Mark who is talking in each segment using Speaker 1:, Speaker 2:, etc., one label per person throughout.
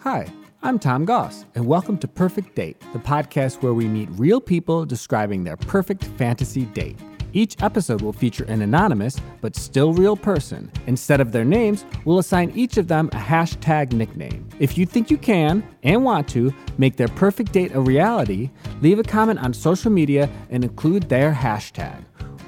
Speaker 1: Hi, I'm Tom Goss, and welcome to Perfect Date, the podcast where we meet real people describing their perfect fantasy date. Each episode will feature an anonymous but still real person. Instead of their names, we'll assign each of them a hashtag nickname. If you think you can and want to make their perfect date a reality, leave a comment on social media and include their hashtag.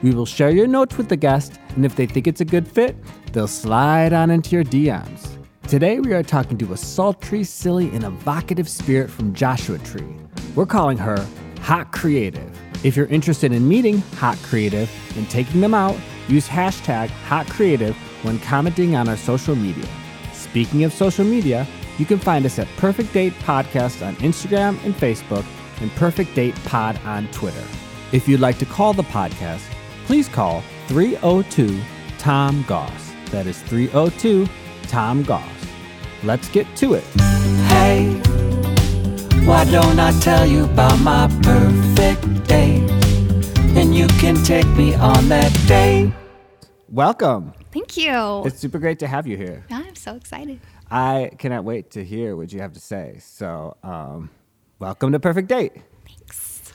Speaker 1: We will share your notes with the guest, and if they think it's a good fit, they'll slide on into your DMs. Today, we are talking to a sultry, silly, and evocative spirit from Joshua Tree. We're calling her Hot Creative. If you're interested in meeting Hot Creative and taking them out, use hashtag Hot Creative when commenting on our social media. Speaking of social media, you can find us at Perfect Date Podcast on Instagram and Facebook and Perfect Date Pod on Twitter. If you'd like to call the podcast, please call 302 Tom Goss. That is 302 Tom Goss. Let's get to it.
Speaker 2: Hey, why don't I tell you about my perfect day? And you can take me on that day.
Speaker 1: Welcome.
Speaker 3: Thank you.
Speaker 1: It's super great to have you here.
Speaker 3: I'm so excited.
Speaker 1: I cannot wait to hear what you have to say. So, um, welcome to Perfect Date.
Speaker 3: Thanks.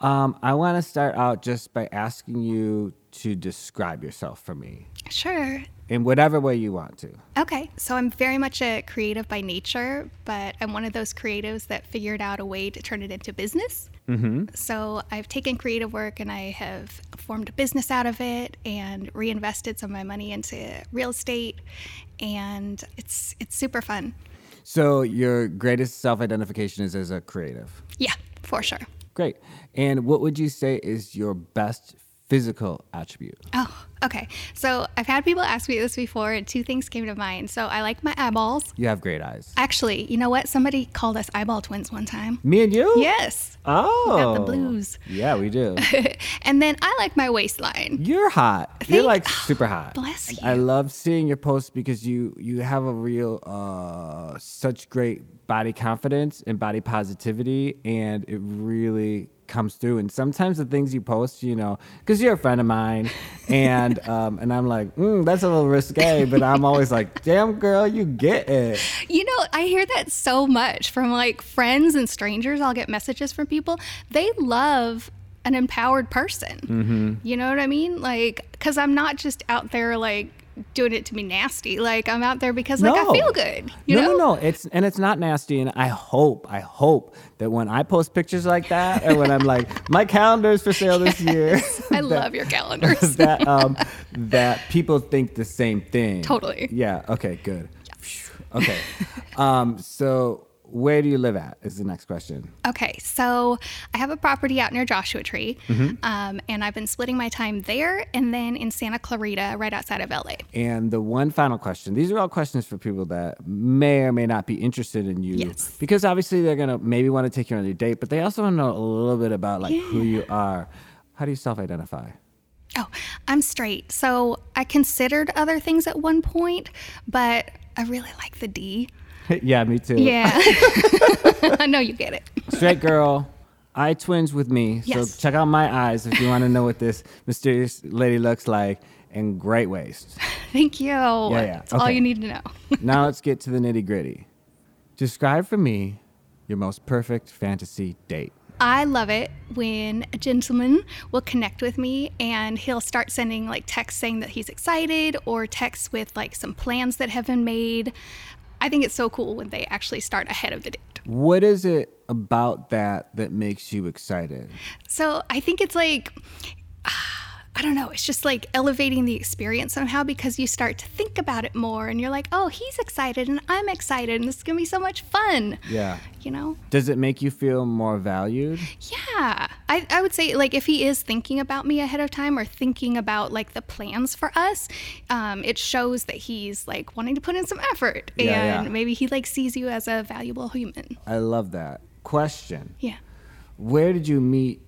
Speaker 1: Um, I want to start out just by asking you to describe yourself for me
Speaker 3: Sure.
Speaker 1: in whatever way you want to.
Speaker 3: Okay. So I'm very much a creative by nature, but I'm one of those creatives that figured out a way to turn it into business. Mm-hmm. So I've taken creative work and I have formed a business out of it and reinvested some of my money into real estate, and it's it's super fun.
Speaker 1: So, your greatest self identification is as a creative.
Speaker 3: Yeah, for sure.
Speaker 1: Great. And what would you say is your best physical attribute?
Speaker 3: Oh, okay. So I've had people ask me this before, and two things came to mind. So I like my eyeballs.
Speaker 1: You have great eyes.
Speaker 3: Actually, you know what? Somebody called us eyeball twins one time.
Speaker 1: Me and you?
Speaker 3: Yes.
Speaker 1: Oh.
Speaker 3: got the blues.
Speaker 1: Yeah, we do.
Speaker 3: and then I like my waistline.
Speaker 1: You're hot. You're
Speaker 3: Thank-
Speaker 1: like super hot.
Speaker 3: Bless
Speaker 1: I love seeing your posts because you you have a real uh such great body confidence and body positivity and it really comes through and sometimes the things you post you know because you're a friend of mine and um and i'm like mm, that's a little risque but i'm always like damn girl you get it
Speaker 3: You know, I hear that so much from like friends and strangers. I'll get messages from people. They love an empowered person.
Speaker 1: Mm-hmm.
Speaker 3: You know what I mean? Like, because I'm not just out there like doing it to be nasty. Like, I'm out there because like
Speaker 1: No.
Speaker 3: I feel good. You
Speaker 1: no,
Speaker 3: know?
Speaker 1: no, no. It's and it's not nasty. And I hope, I hope that when I post pictures like that, and when I'm like, my calendar is for sale this year,
Speaker 3: I love your calendars.
Speaker 1: that um, that people think the same thing.
Speaker 3: Totally.
Speaker 1: Yeah. Okay. Good. Phew, Okay. um, so where do you live at? Is the next question.
Speaker 3: Okay, so I have a property out near Joshua Tree,
Speaker 1: Mm-hmm.
Speaker 3: um, and I've been splitting my time there and then in Santa Clarita, right outside of LA.
Speaker 1: And the one final question. These are all questions for people that may or may not be interested in you.
Speaker 3: Yes.
Speaker 1: Because obviously they're gonna maybe want to take you on a date, but they also want to know a little bit about like who you are. How do you self-identify?
Speaker 3: Oh, I'm straight. So I considered other things at one point, but I really like the D.
Speaker 1: yeah, me too.
Speaker 3: Yeah. I know you get it.
Speaker 1: Straight girl. Eye twins with me.
Speaker 3: Yes.
Speaker 1: So check out my eyes if you want to know what this mysterious lady looks like and great waist.
Speaker 3: Thank you.
Speaker 1: yeah.
Speaker 3: That's all
Speaker 1: Okay.
Speaker 3: you need to know.
Speaker 1: now let's get to the nitty gritty. Describe for me your most perfect fantasy date.
Speaker 3: I love it when a gentleman will connect with me and he'll start sending like texts saying that he's excited or texts with like some plans that have been made. I think it's so cool when they actually start ahead of the date.
Speaker 1: What is it about that that makes you excited?
Speaker 3: So I think it's like, ah, I don't know, it's just like elevating the experience somehow because you start to think about it more and you're like, oh, he's excited and I'm excited and this is gonna be so much fun.
Speaker 1: Yeah.
Speaker 3: You know?
Speaker 1: Does it make you feel more valued?
Speaker 3: Yeah. I, I would say, like, if he is thinking about me ahead of time or thinking about, like, the plans for us, um, it shows that he's, like, wanting to put in some effort. And
Speaker 1: Yeah, yeah.
Speaker 3: maybe he, like, sees you as a valuable human.
Speaker 1: I love that. Question
Speaker 3: Yeah.
Speaker 1: Where did you meet?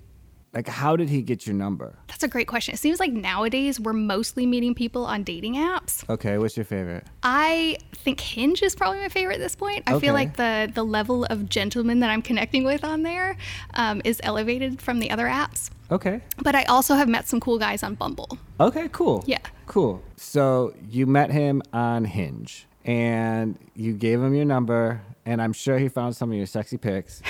Speaker 1: Like, how did he get your number?
Speaker 3: That's a great question. It seems like nowadays we're mostly meeting people on dating apps.
Speaker 1: Okay, what's your favorite?
Speaker 3: I think Hinge is probably my favorite at this point. I
Speaker 1: Okay.
Speaker 3: feel like the the level of gentleman that I'm connecting with on there um, is elevated from the other apps.
Speaker 1: Okay.
Speaker 3: But I also have met some cool guys on Bumble.
Speaker 1: Okay, cool.
Speaker 3: Yeah.
Speaker 1: Cool. So you met him on Hinge and you gave him your number and I'm sure he found some of your sexy pics.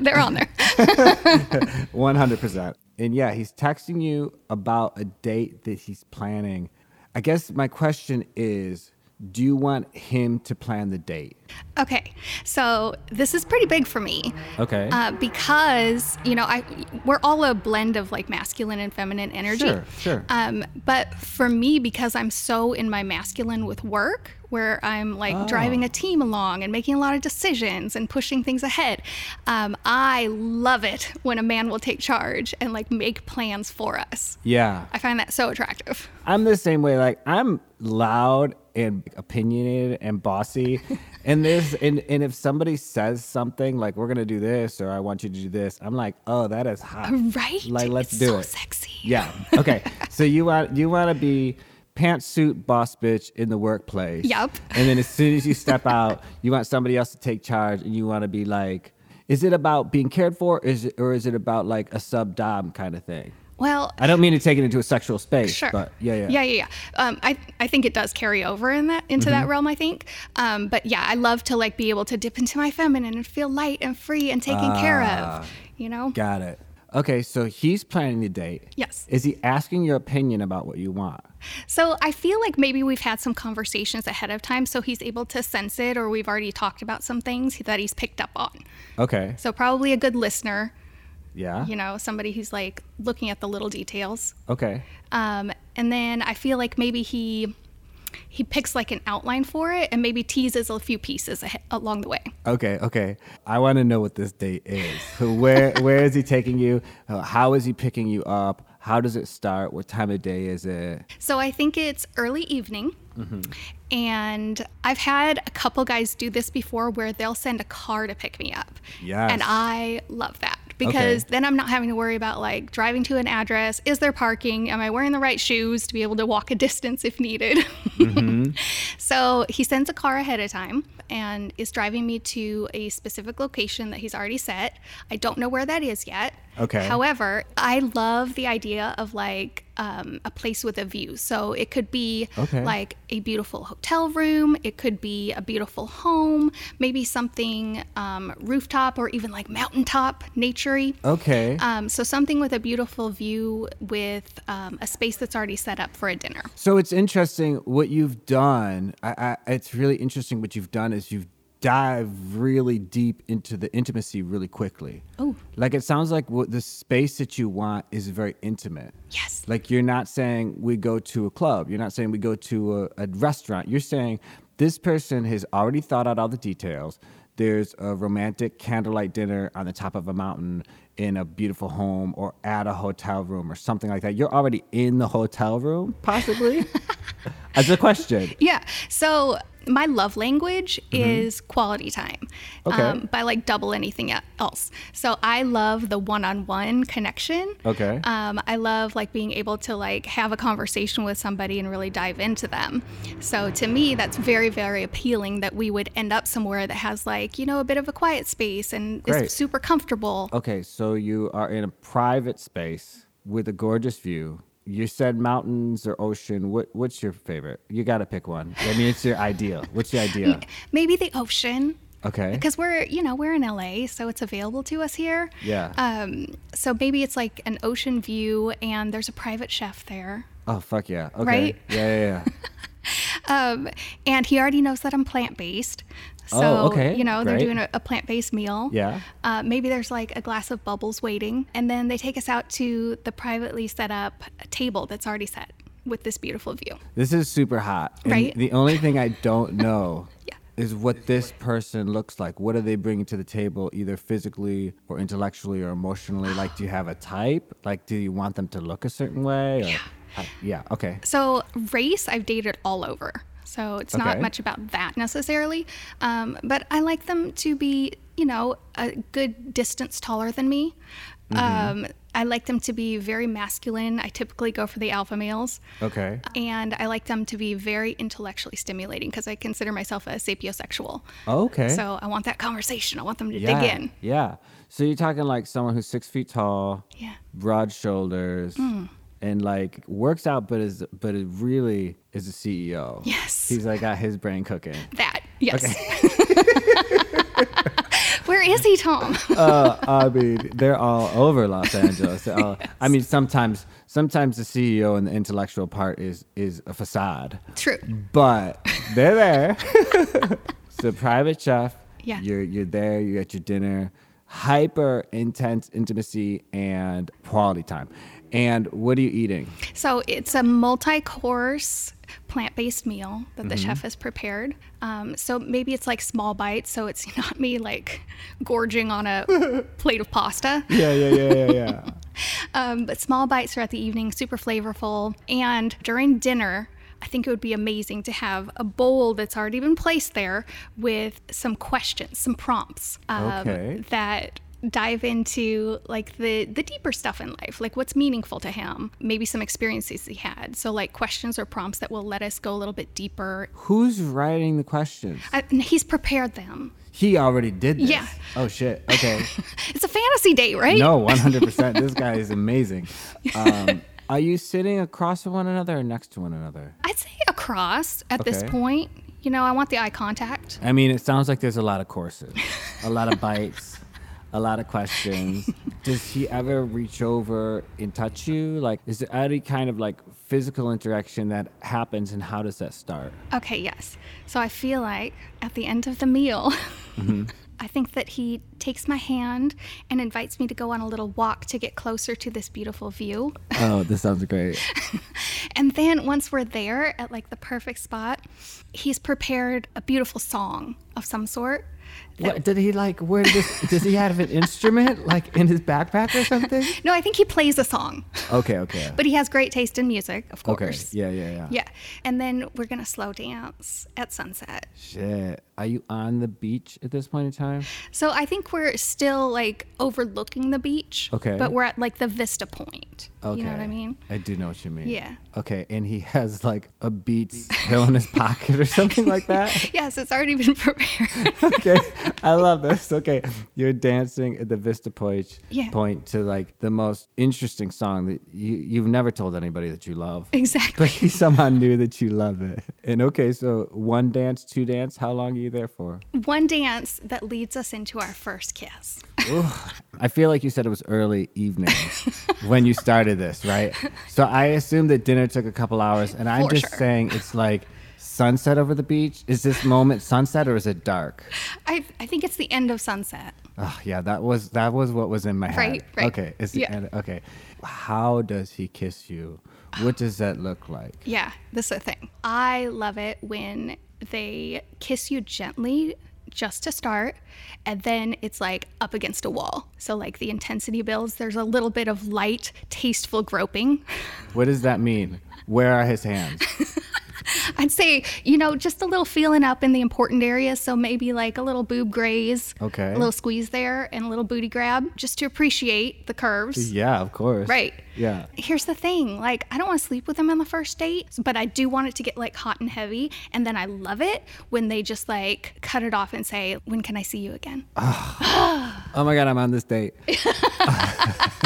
Speaker 3: They're on there.
Speaker 1: 100%. And yeah, he's texting you about a date that he's planning. I guess my question is do you want him to plan the date?
Speaker 3: Okay, so this is pretty big for me.
Speaker 1: Okay.
Speaker 3: Uh, because you know, I we're all a blend of like masculine and feminine energy.
Speaker 1: Sure, sure.
Speaker 3: Um, but for me, because I'm so in my masculine with work, where I'm like
Speaker 1: Oh.
Speaker 3: driving a team along and making a lot of decisions and pushing things ahead, um, I love it when a man will take charge and like make plans for us.
Speaker 1: yeah.
Speaker 3: I find that so attractive.
Speaker 1: I'm the same way. Like I'm loud and opinionated and bossy, and this and and if somebody says something like "We're gonna do this" or "I want you to do this," I'm like, "Oh, that is hot!"
Speaker 3: Right?
Speaker 1: Like, let's
Speaker 3: It's
Speaker 1: do
Speaker 3: so
Speaker 1: it.
Speaker 3: sexy.
Speaker 1: Yeah. Okay. so you want you want to be pantsuit boss bitch in the workplace.
Speaker 3: Yup.
Speaker 1: And then as soon as you step out, you want somebody else to take charge, and you want to be like. Is it about being cared for, is it, or is it about like a sub dom kind of thing?
Speaker 3: Well,
Speaker 1: I don't mean to take it into a sexual space,
Speaker 3: Sure.
Speaker 1: but yeah, yeah,
Speaker 3: yeah, yeah. yeah. Um, I I think it does carry over in that into
Speaker 1: Mm-hmm.
Speaker 3: that realm. I think. Um, but yeah, I love to like be able to dip into my feminine and feel light and free and taken care
Speaker 1: Ah.
Speaker 3: of. You know.
Speaker 1: Got it. Okay, so he's planning the date.
Speaker 3: Yes.
Speaker 1: Is he asking your opinion about what you want?
Speaker 3: So I feel like maybe we've had some conversations ahead of time, so he's able to sense it, or we've already talked about some things that he's picked up on.
Speaker 1: Okay.
Speaker 3: So probably a good listener.
Speaker 1: Yeah.
Speaker 3: You know, somebody who's like looking at the little details.
Speaker 1: Okay.
Speaker 3: Um, and then I feel like maybe he he picks like an outline for it and maybe teases a few pieces ahe- along the way.
Speaker 1: Okay. Okay. I want to know what this date is. So where where is he taking you? Uh, How is he picking you up? How does it start? What time of day is it?
Speaker 3: So I think it's early evening. And I've had a couple guys do this before where they'll send a car to pick me up.
Speaker 1: Yes.
Speaker 3: And I love that because
Speaker 1: Okay.
Speaker 3: then I'm not having to worry about like driving to an address. Is there parking? Am I wearing the right shoes to be able to walk a distance if needed?
Speaker 1: Mm-hmm.
Speaker 3: so he sends a car ahead of time and is driving me to a specific location that he's already set. I don't know where that is yet.
Speaker 1: Okay.
Speaker 3: However, However, I love the idea of like um, a place with a view. So it could be
Speaker 1: Okay.
Speaker 3: like a beautiful hotel room, it could be a beautiful home, maybe something um, rooftop or even like mountaintop, naturey.
Speaker 1: Okay.
Speaker 3: Um, so something with a beautiful view with um, a space that's already set up for a dinner.
Speaker 1: So it's interesting what you've done. I, I, it's really interesting what you've done is you've dive really deep into the intimacy really quickly.
Speaker 3: Oh.
Speaker 1: like it sounds like what the space that you want is very intimate.
Speaker 3: Yes.
Speaker 1: like you're not saying we go to a club. You're not saying we go to a, a restaurant. You're saying this person has already thought out all the details. There's a romantic candlelight dinner on the top of a mountain in a beautiful home or at a hotel room or something like that. You're already in the hotel room, possibly? As a question.
Speaker 3: Yeah. So my love language is quality time
Speaker 1: Mm-hmm.
Speaker 3: um,
Speaker 1: Okay.
Speaker 3: by like double anything e- else. So I love the one on one connection.
Speaker 1: Okay.
Speaker 3: Um, I love like being able to like have a conversation with somebody and really dive into them. So to me, that's very, very appealing that we would end up somewhere that has like, you know, a bit of a quiet space and
Speaker 1: Great. Oh.
Speaker 3: is super comfortable.
Speaker 1: Okay, so you are in a private space with a gorgeous view. You said mountains or ocean. What, what's your favorite? You got to pick one. I mean, it's your ideal. What's your idea?
Speaker 3: Maybe the ocean.
Speaker 1: Okay.
Speaker 3: Because we're, you know, we're in LA, so it's available to us here.
Speaker 1: Yeah.
Speaker 3: Um, so maybe it's like an ocean view and there's a private chef there.
Speaker 1: Oh fuck yeah! Okay.
Speaker 3: Right?
Speaker 1: Yeah, yeah, yeah.
Speaker 3: Um, and he already knows that I'm plant based. So,
Speaker 1: Oh, okay.
Speaker 3: you know, they're
Speaker 1: Great.
Speaker 3: doing a, a plant based meal.
Speaker 1: Yeah.
Speaker 3: Uh, maybe there's like a glass of bubbles waiting. And then they take us out to the privately set up table that's already set with this beautiful view.
Speaker 1: this is super hot. And
Speaker 3: Right?
Speaker 1: The only thing I don't know
Speaker 3: Yeah.
Speaker 1: is what this person looks like. What are they bringing to the table, either physically or intellectually or emotionally? Like, do you have a type? Like, do you want them to look a certain way? Or, yeah. yeah. Okay.
Speaker 3: So, race, I've dated all over. So, it's not
Speaker 1: Okay.
Speaker 3: much about that necessarily. Um, but I like them to be, you know, a good distance taller than me.
Speaker 1: Mm-hmm.
Speaker 3: Um, I like them to be very masculine. I typically go for the alpha males.
Speaker 1: Okay.
Speaker 3: And I like them to be very intellectually stimulating because I consider myself a sapiosexual.
Speaker 1: Okay.
Speaker 3: Uh, So, I want that conversation. I want them to
Speaker 1: yeah.
Speaker 3: dig in.
Speaker 1: Yeah. So you're talking like someone who's six feet tall.
Speaker 3: Yeah. Hmm.
Speaker 1: Broad shoulders. And like works out, but is but it really is a E CEO.
Speaker 3: Yes.
Speaker 1: He's like got his brain cooking.
Speaker 3: That. Yes. Where is he, Tom?
Speaker 1: uh, I mean, they're all over Los Angeles. They're all- I mean, sometimes sometimes the CEO and the intellectual part is is a facade,
Speaker 3: True.
Speaker 1: but they're there. it's a private chef.
Speaker 3: Yeah.
Speaker 1: You're you're there. You're at your dinner. Hyper intense intimacy and quality time. And what are you eating?
Speaker 3: So it's a multi-course plant-based meal that the chef has prepared. Um, so maybe it's like small bites, so it's not me like gorging on a plate of pasta.
Speaker 1: Yeah, yeah, yeah, yeah, yeah.
Speaker 3: Um, but small bites throughout the evening, super flavorful. And during dinner, I think it would be amazing to have a bowl that's already been placed there with some questions, some prompts um,
Speaker 1: Okay.
Speaker 3: that dive into like the the deeper stuff in life like what's meaningful to him maybe some experiences he had so like questions or prompts that will let us go a little bit deeper
Speaker 1: Who's writing the questions?
Speaker 3: I, and he's prepared them
Speaker 1: He already did this.
Speaker 3: Yeah.
Speaker 1: Oh shit. Okay.
Speaker 3: it's a fantasy date right
Speaker 1: No, one hundred percent. This guy is amazing. Um, are you sitting across from one another or next to one another?
Speaker 3: i'd say across at this
Speaker 1: Okay.
Speaker 3: point you know i want the eye contact
Speaker 1: I mean, it sounds like there's a lot of courses, a lot of bites, a lot of questions. Does he ever reach over and touch you? Like, is there any kind of like physical interaction that happens, and how does that start?
Speaker 3: Okay, yes. So I feel like at the end of the meal,
Speaker 1: Mm-hmm.
Speaker 3: I think that he takes my hand and invites me to go on a little walk to get closer to this beautiful view.
Speaker 1: Oh, this sounds great.
Speaker 3: And then once we're there at like the perfect spot, he's prepared a beautiful song of some sort.
Speaker 1: What, did he like? Where did this? Does he have an instrument like in his backpack or something?
Speaker 3: No, I think he plays a song,
Speaker 1: Okay, okay.
Speaker 3: but he has great taste in music, of
Speaker 1: Okay.
Speaker 3: course.
Speaker 1: Yeah, yeah, yeah.
Speaker 3: Yeah. And then we're going to slow dance at sunset.
Speaker 1: Shit. Are you on the beach at this point in time?
Speaker 3: So I think we're still like overlooking the beach.
Speaker 1: Okay.
Speaker 3: But we're at like the vista point. You know what I mean?
Speaker 1: I do know what you mean.
Speaker 3: Yeah.
Speaker 1: Okay, and he has like a Beats pill in his pocket or something like that.
Speaker 3: Yes, it's already been prepared.
Speaker 1: Okay, I love this. Okay, you're dancing at the Vista Point,
Speaker 3: Yeah.
Speaker 1: point to like the most interesting song that you, you've never told anybody that you love. But
Speaker 3: exactly.
Speaker 1: he somehow knew that you love it. And okay, so one dance, two dance, how long are you there for?
Speaker 3: One dance that leads us into our first kiss.
Speaker 1: I feel like you said it was early evening when you started this, right? So I assume that dinner took a couple hours, and I'm
Speaker 3: For
Speaker 1: just
Speaker 3: sure.
Speaker 1: saying it's like sunset over the beach. Is this moment sunset or is it dark?
Speaker 3: I, I think it's the end of sunset.
Speaker 1: Oh, yeah, that was that was what was in my head.
Speaker 3: Right, right.
Speaker 1: Okay, it's the
Speaker 3: Yeah.
Speaker 1: end. Okay, how does he kiss you? What does that look like?
Speaker 3: Yeah, this is the thing. I love it when they kiss you gently just to start, and then it's like up against a wall. So, like, the intensity builds. There's a little bit of light, tasteful groping.
Speaker 1: What does that mean? Where are his hands?
Speaker 3: I'd say, you know, just a little feeling up in the important areas. So maybe like a little boob graze,
Speaker 1: Okay.
Speaker 3: a little squeeze there, and a little booty grab just to appreciate the curves.
Speaker 1: yeah, of course.
Speaker 3: Right.
Speaker 1: Yeah.
Speaker 3: Here's the thing like, I don't want to sleep with them on the first date, but I do want it to get like hot and heavy. And then I love it when they just like cut it off and say, When can I see you again?
Speaker 1: Ah. oh my god, I'm on this date.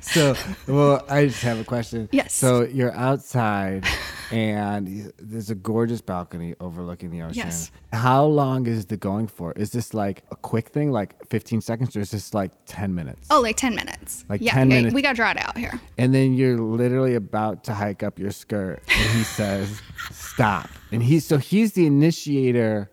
Speaker 1: so, well, I just have a question.
Speaker 3: Yes.
Speaker 1: So you're outside, and you- there's a gorgeous balcony overlooking the ocean.
Speaker 3: Yes.
Speaker 1: How long is the going for? Is this like a quick thing, like 15 seconds, or is this like 10 minutes?
Speaker 3: Oh, like 10 minutes.
Speaker 1: Like
Speaker 3: yeah,
Speaker 1: 10
Speaker 3: yeah,
Speaker 1: minutes.
Speaker 3: We got to draw it out here.
Speaker 1: And then you're literally about to hike up your skirt, and he says, "Stop!" And he's so he's the initiator.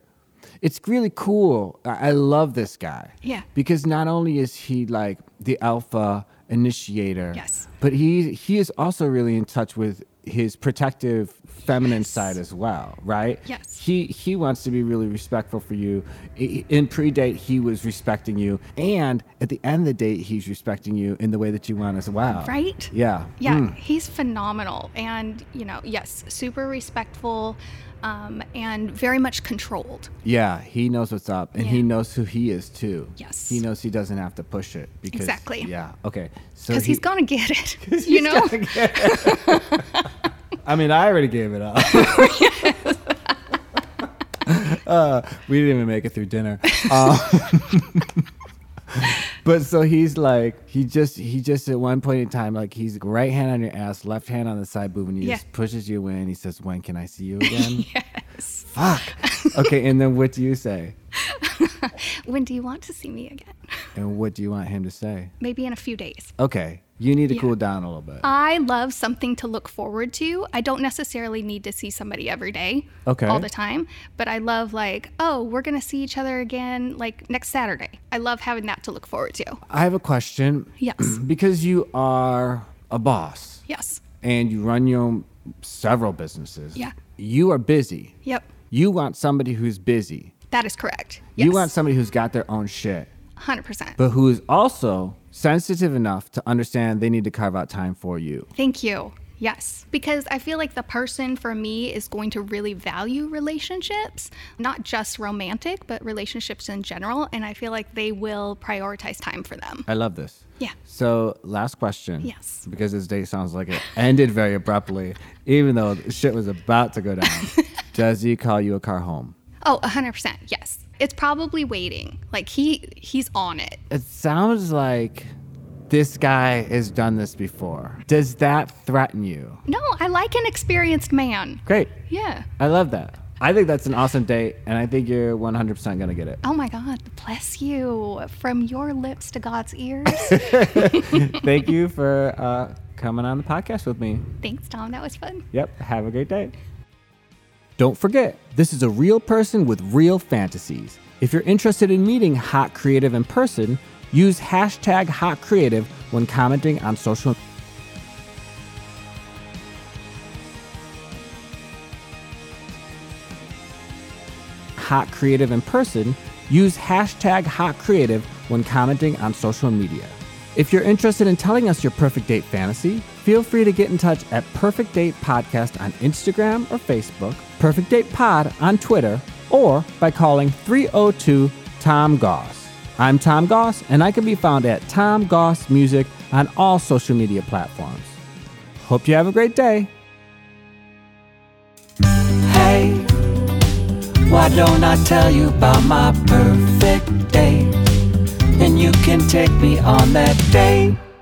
Speaker 1: It's really cool. I I love this guy.
Speaker 3: Yeah.
Speaker 1: Because not only is he like the alpha initiator,
Speaker 3: Yes.
Speaker 1: but he he is also really in touch with his protective feminine side as well, right?
Speaker 3: Yes.
Speaker 1: He he wants to be really respectful for you. I- In pre-date, he was respecting you, and at the end of the date, he's respecting you in the way that you want as well.
Speaker 3: Right?
Speaker 1: Yeah. Mm,
Speaker 3: Yeah, he's phenomenal. And, you know, yes, super respectful um, and very much controlled.
Speaker 1: Yeah, he knows what's up and he
Speaker 3: Yeah.
Speaker 1: knows who he is too.
Speaker 3: Yes.
Speaker 1: He knows he doesn't have to push it because
Speaker 3: Exactly.
Speaker 1: Yeah. Okay. So
Speaker 3: Because
Speaker 1: he-
Speaker 3: he's going to get it. You know?
Speaker 1: I mean, I already gave it up. uh, we didn't even make it through dinner. Um, But so he's like, he just, he just at one point in time, like he's right hand on your ass, left hand on the side boob, and he
Speaker 3: Yeah.
Speaker 1: just pushes you in. He says, "When can I see you again?"
Speaker 3: yes.
Speaker 1: Fuck. Okay, and then what do you say?
Speaker 3: When do you want to see me again?
Speaker 1: And what do you want him to say?
Speaker 3: Maybe in a few days.
Speaker 1: Okay, you need to
Speaker 3: Yeah.
Speaker 1: cool down a little bit.
Speaker 3: I love something to look forward to. I don't necessarily need to see somebody every day,
Speaker 1: Okay.
Speaker 3: all the time, but I love like, oh, we're gonna see each other again like next Saturday. I love having that to look forward to.
Speaker 1: I have a question.
Speaker 3: Yes.
Speaker 1: because you are a boss
Speaker 3: Yes.
Speaker 1: and you run your own several businesses.
Speaker 3: Yeah.
Speaker 1: You are busy.
Speaker 3: Yep.
Speaker 1: You want somebody who's busy.
Speaker 3: That is correct.
Speaker 1: You
Speaker 3: Yes.
Speaker 1: want somebody who's got their own shit,
Speaker 3: 100%.
Speaker 1: but who is also sensitive enough to understand they need to carve out time for you.
Speaker 3: Thank you. Yes, because I feel like the person for me is going to really value relationships, not just romantic, but relationships in general. And I feel like they will prioritize time for them.
Speaker 1: I love this.
Speaker 3: Yeah.
Speaker 1: So, last question.
Speaker 3: Yes.
Speaker 1: Because this date sounds like it ended very abruptly, even though shit was about to go down. Does he call you a car home?
Speaker 3: Oh, 100%. Yes. It's probably waiting. Like he he's on it.
Speaker 1: It sounds like this guy has done this before. Does that threaten you?
Speaker 3: No, I like an experienced man.
Speaker 1: Great.
Speaker 3: Yeah.
Speaker 1: I love that. I think that's an awesome date, and I think you're 100% going to get it.
Speaker 3: Oh my God, bless you. From your lips to God's ears.
Speaker 1: Thank you for uh, coming on the podcast with me.
Speaker 3: Thanks, Tom. That was fun.
Speaker 1: Yep. Have a great day. Don't forget, this is a real person with real fantasies. If you're interested in meeting Hot Creative in person, use hashtag Hot Creative when commenting on social Hot Creative in person, use hashtag Hot Creative when commenting on social media. If you're interested in telling us your perfect date fantasy, feel free to get in touch at Perfect Date Podcast on Instagram or Facebook, Perfect Date Pod on Twitter, or by calling 302 Tom Goss. I'm Tom Goss, and I can be found at Tom Goss Music on all social media platforms. Hope you have a great day.
Speaker 2: Hey, why don't I tell you about my perfect day? And you can take me on that date.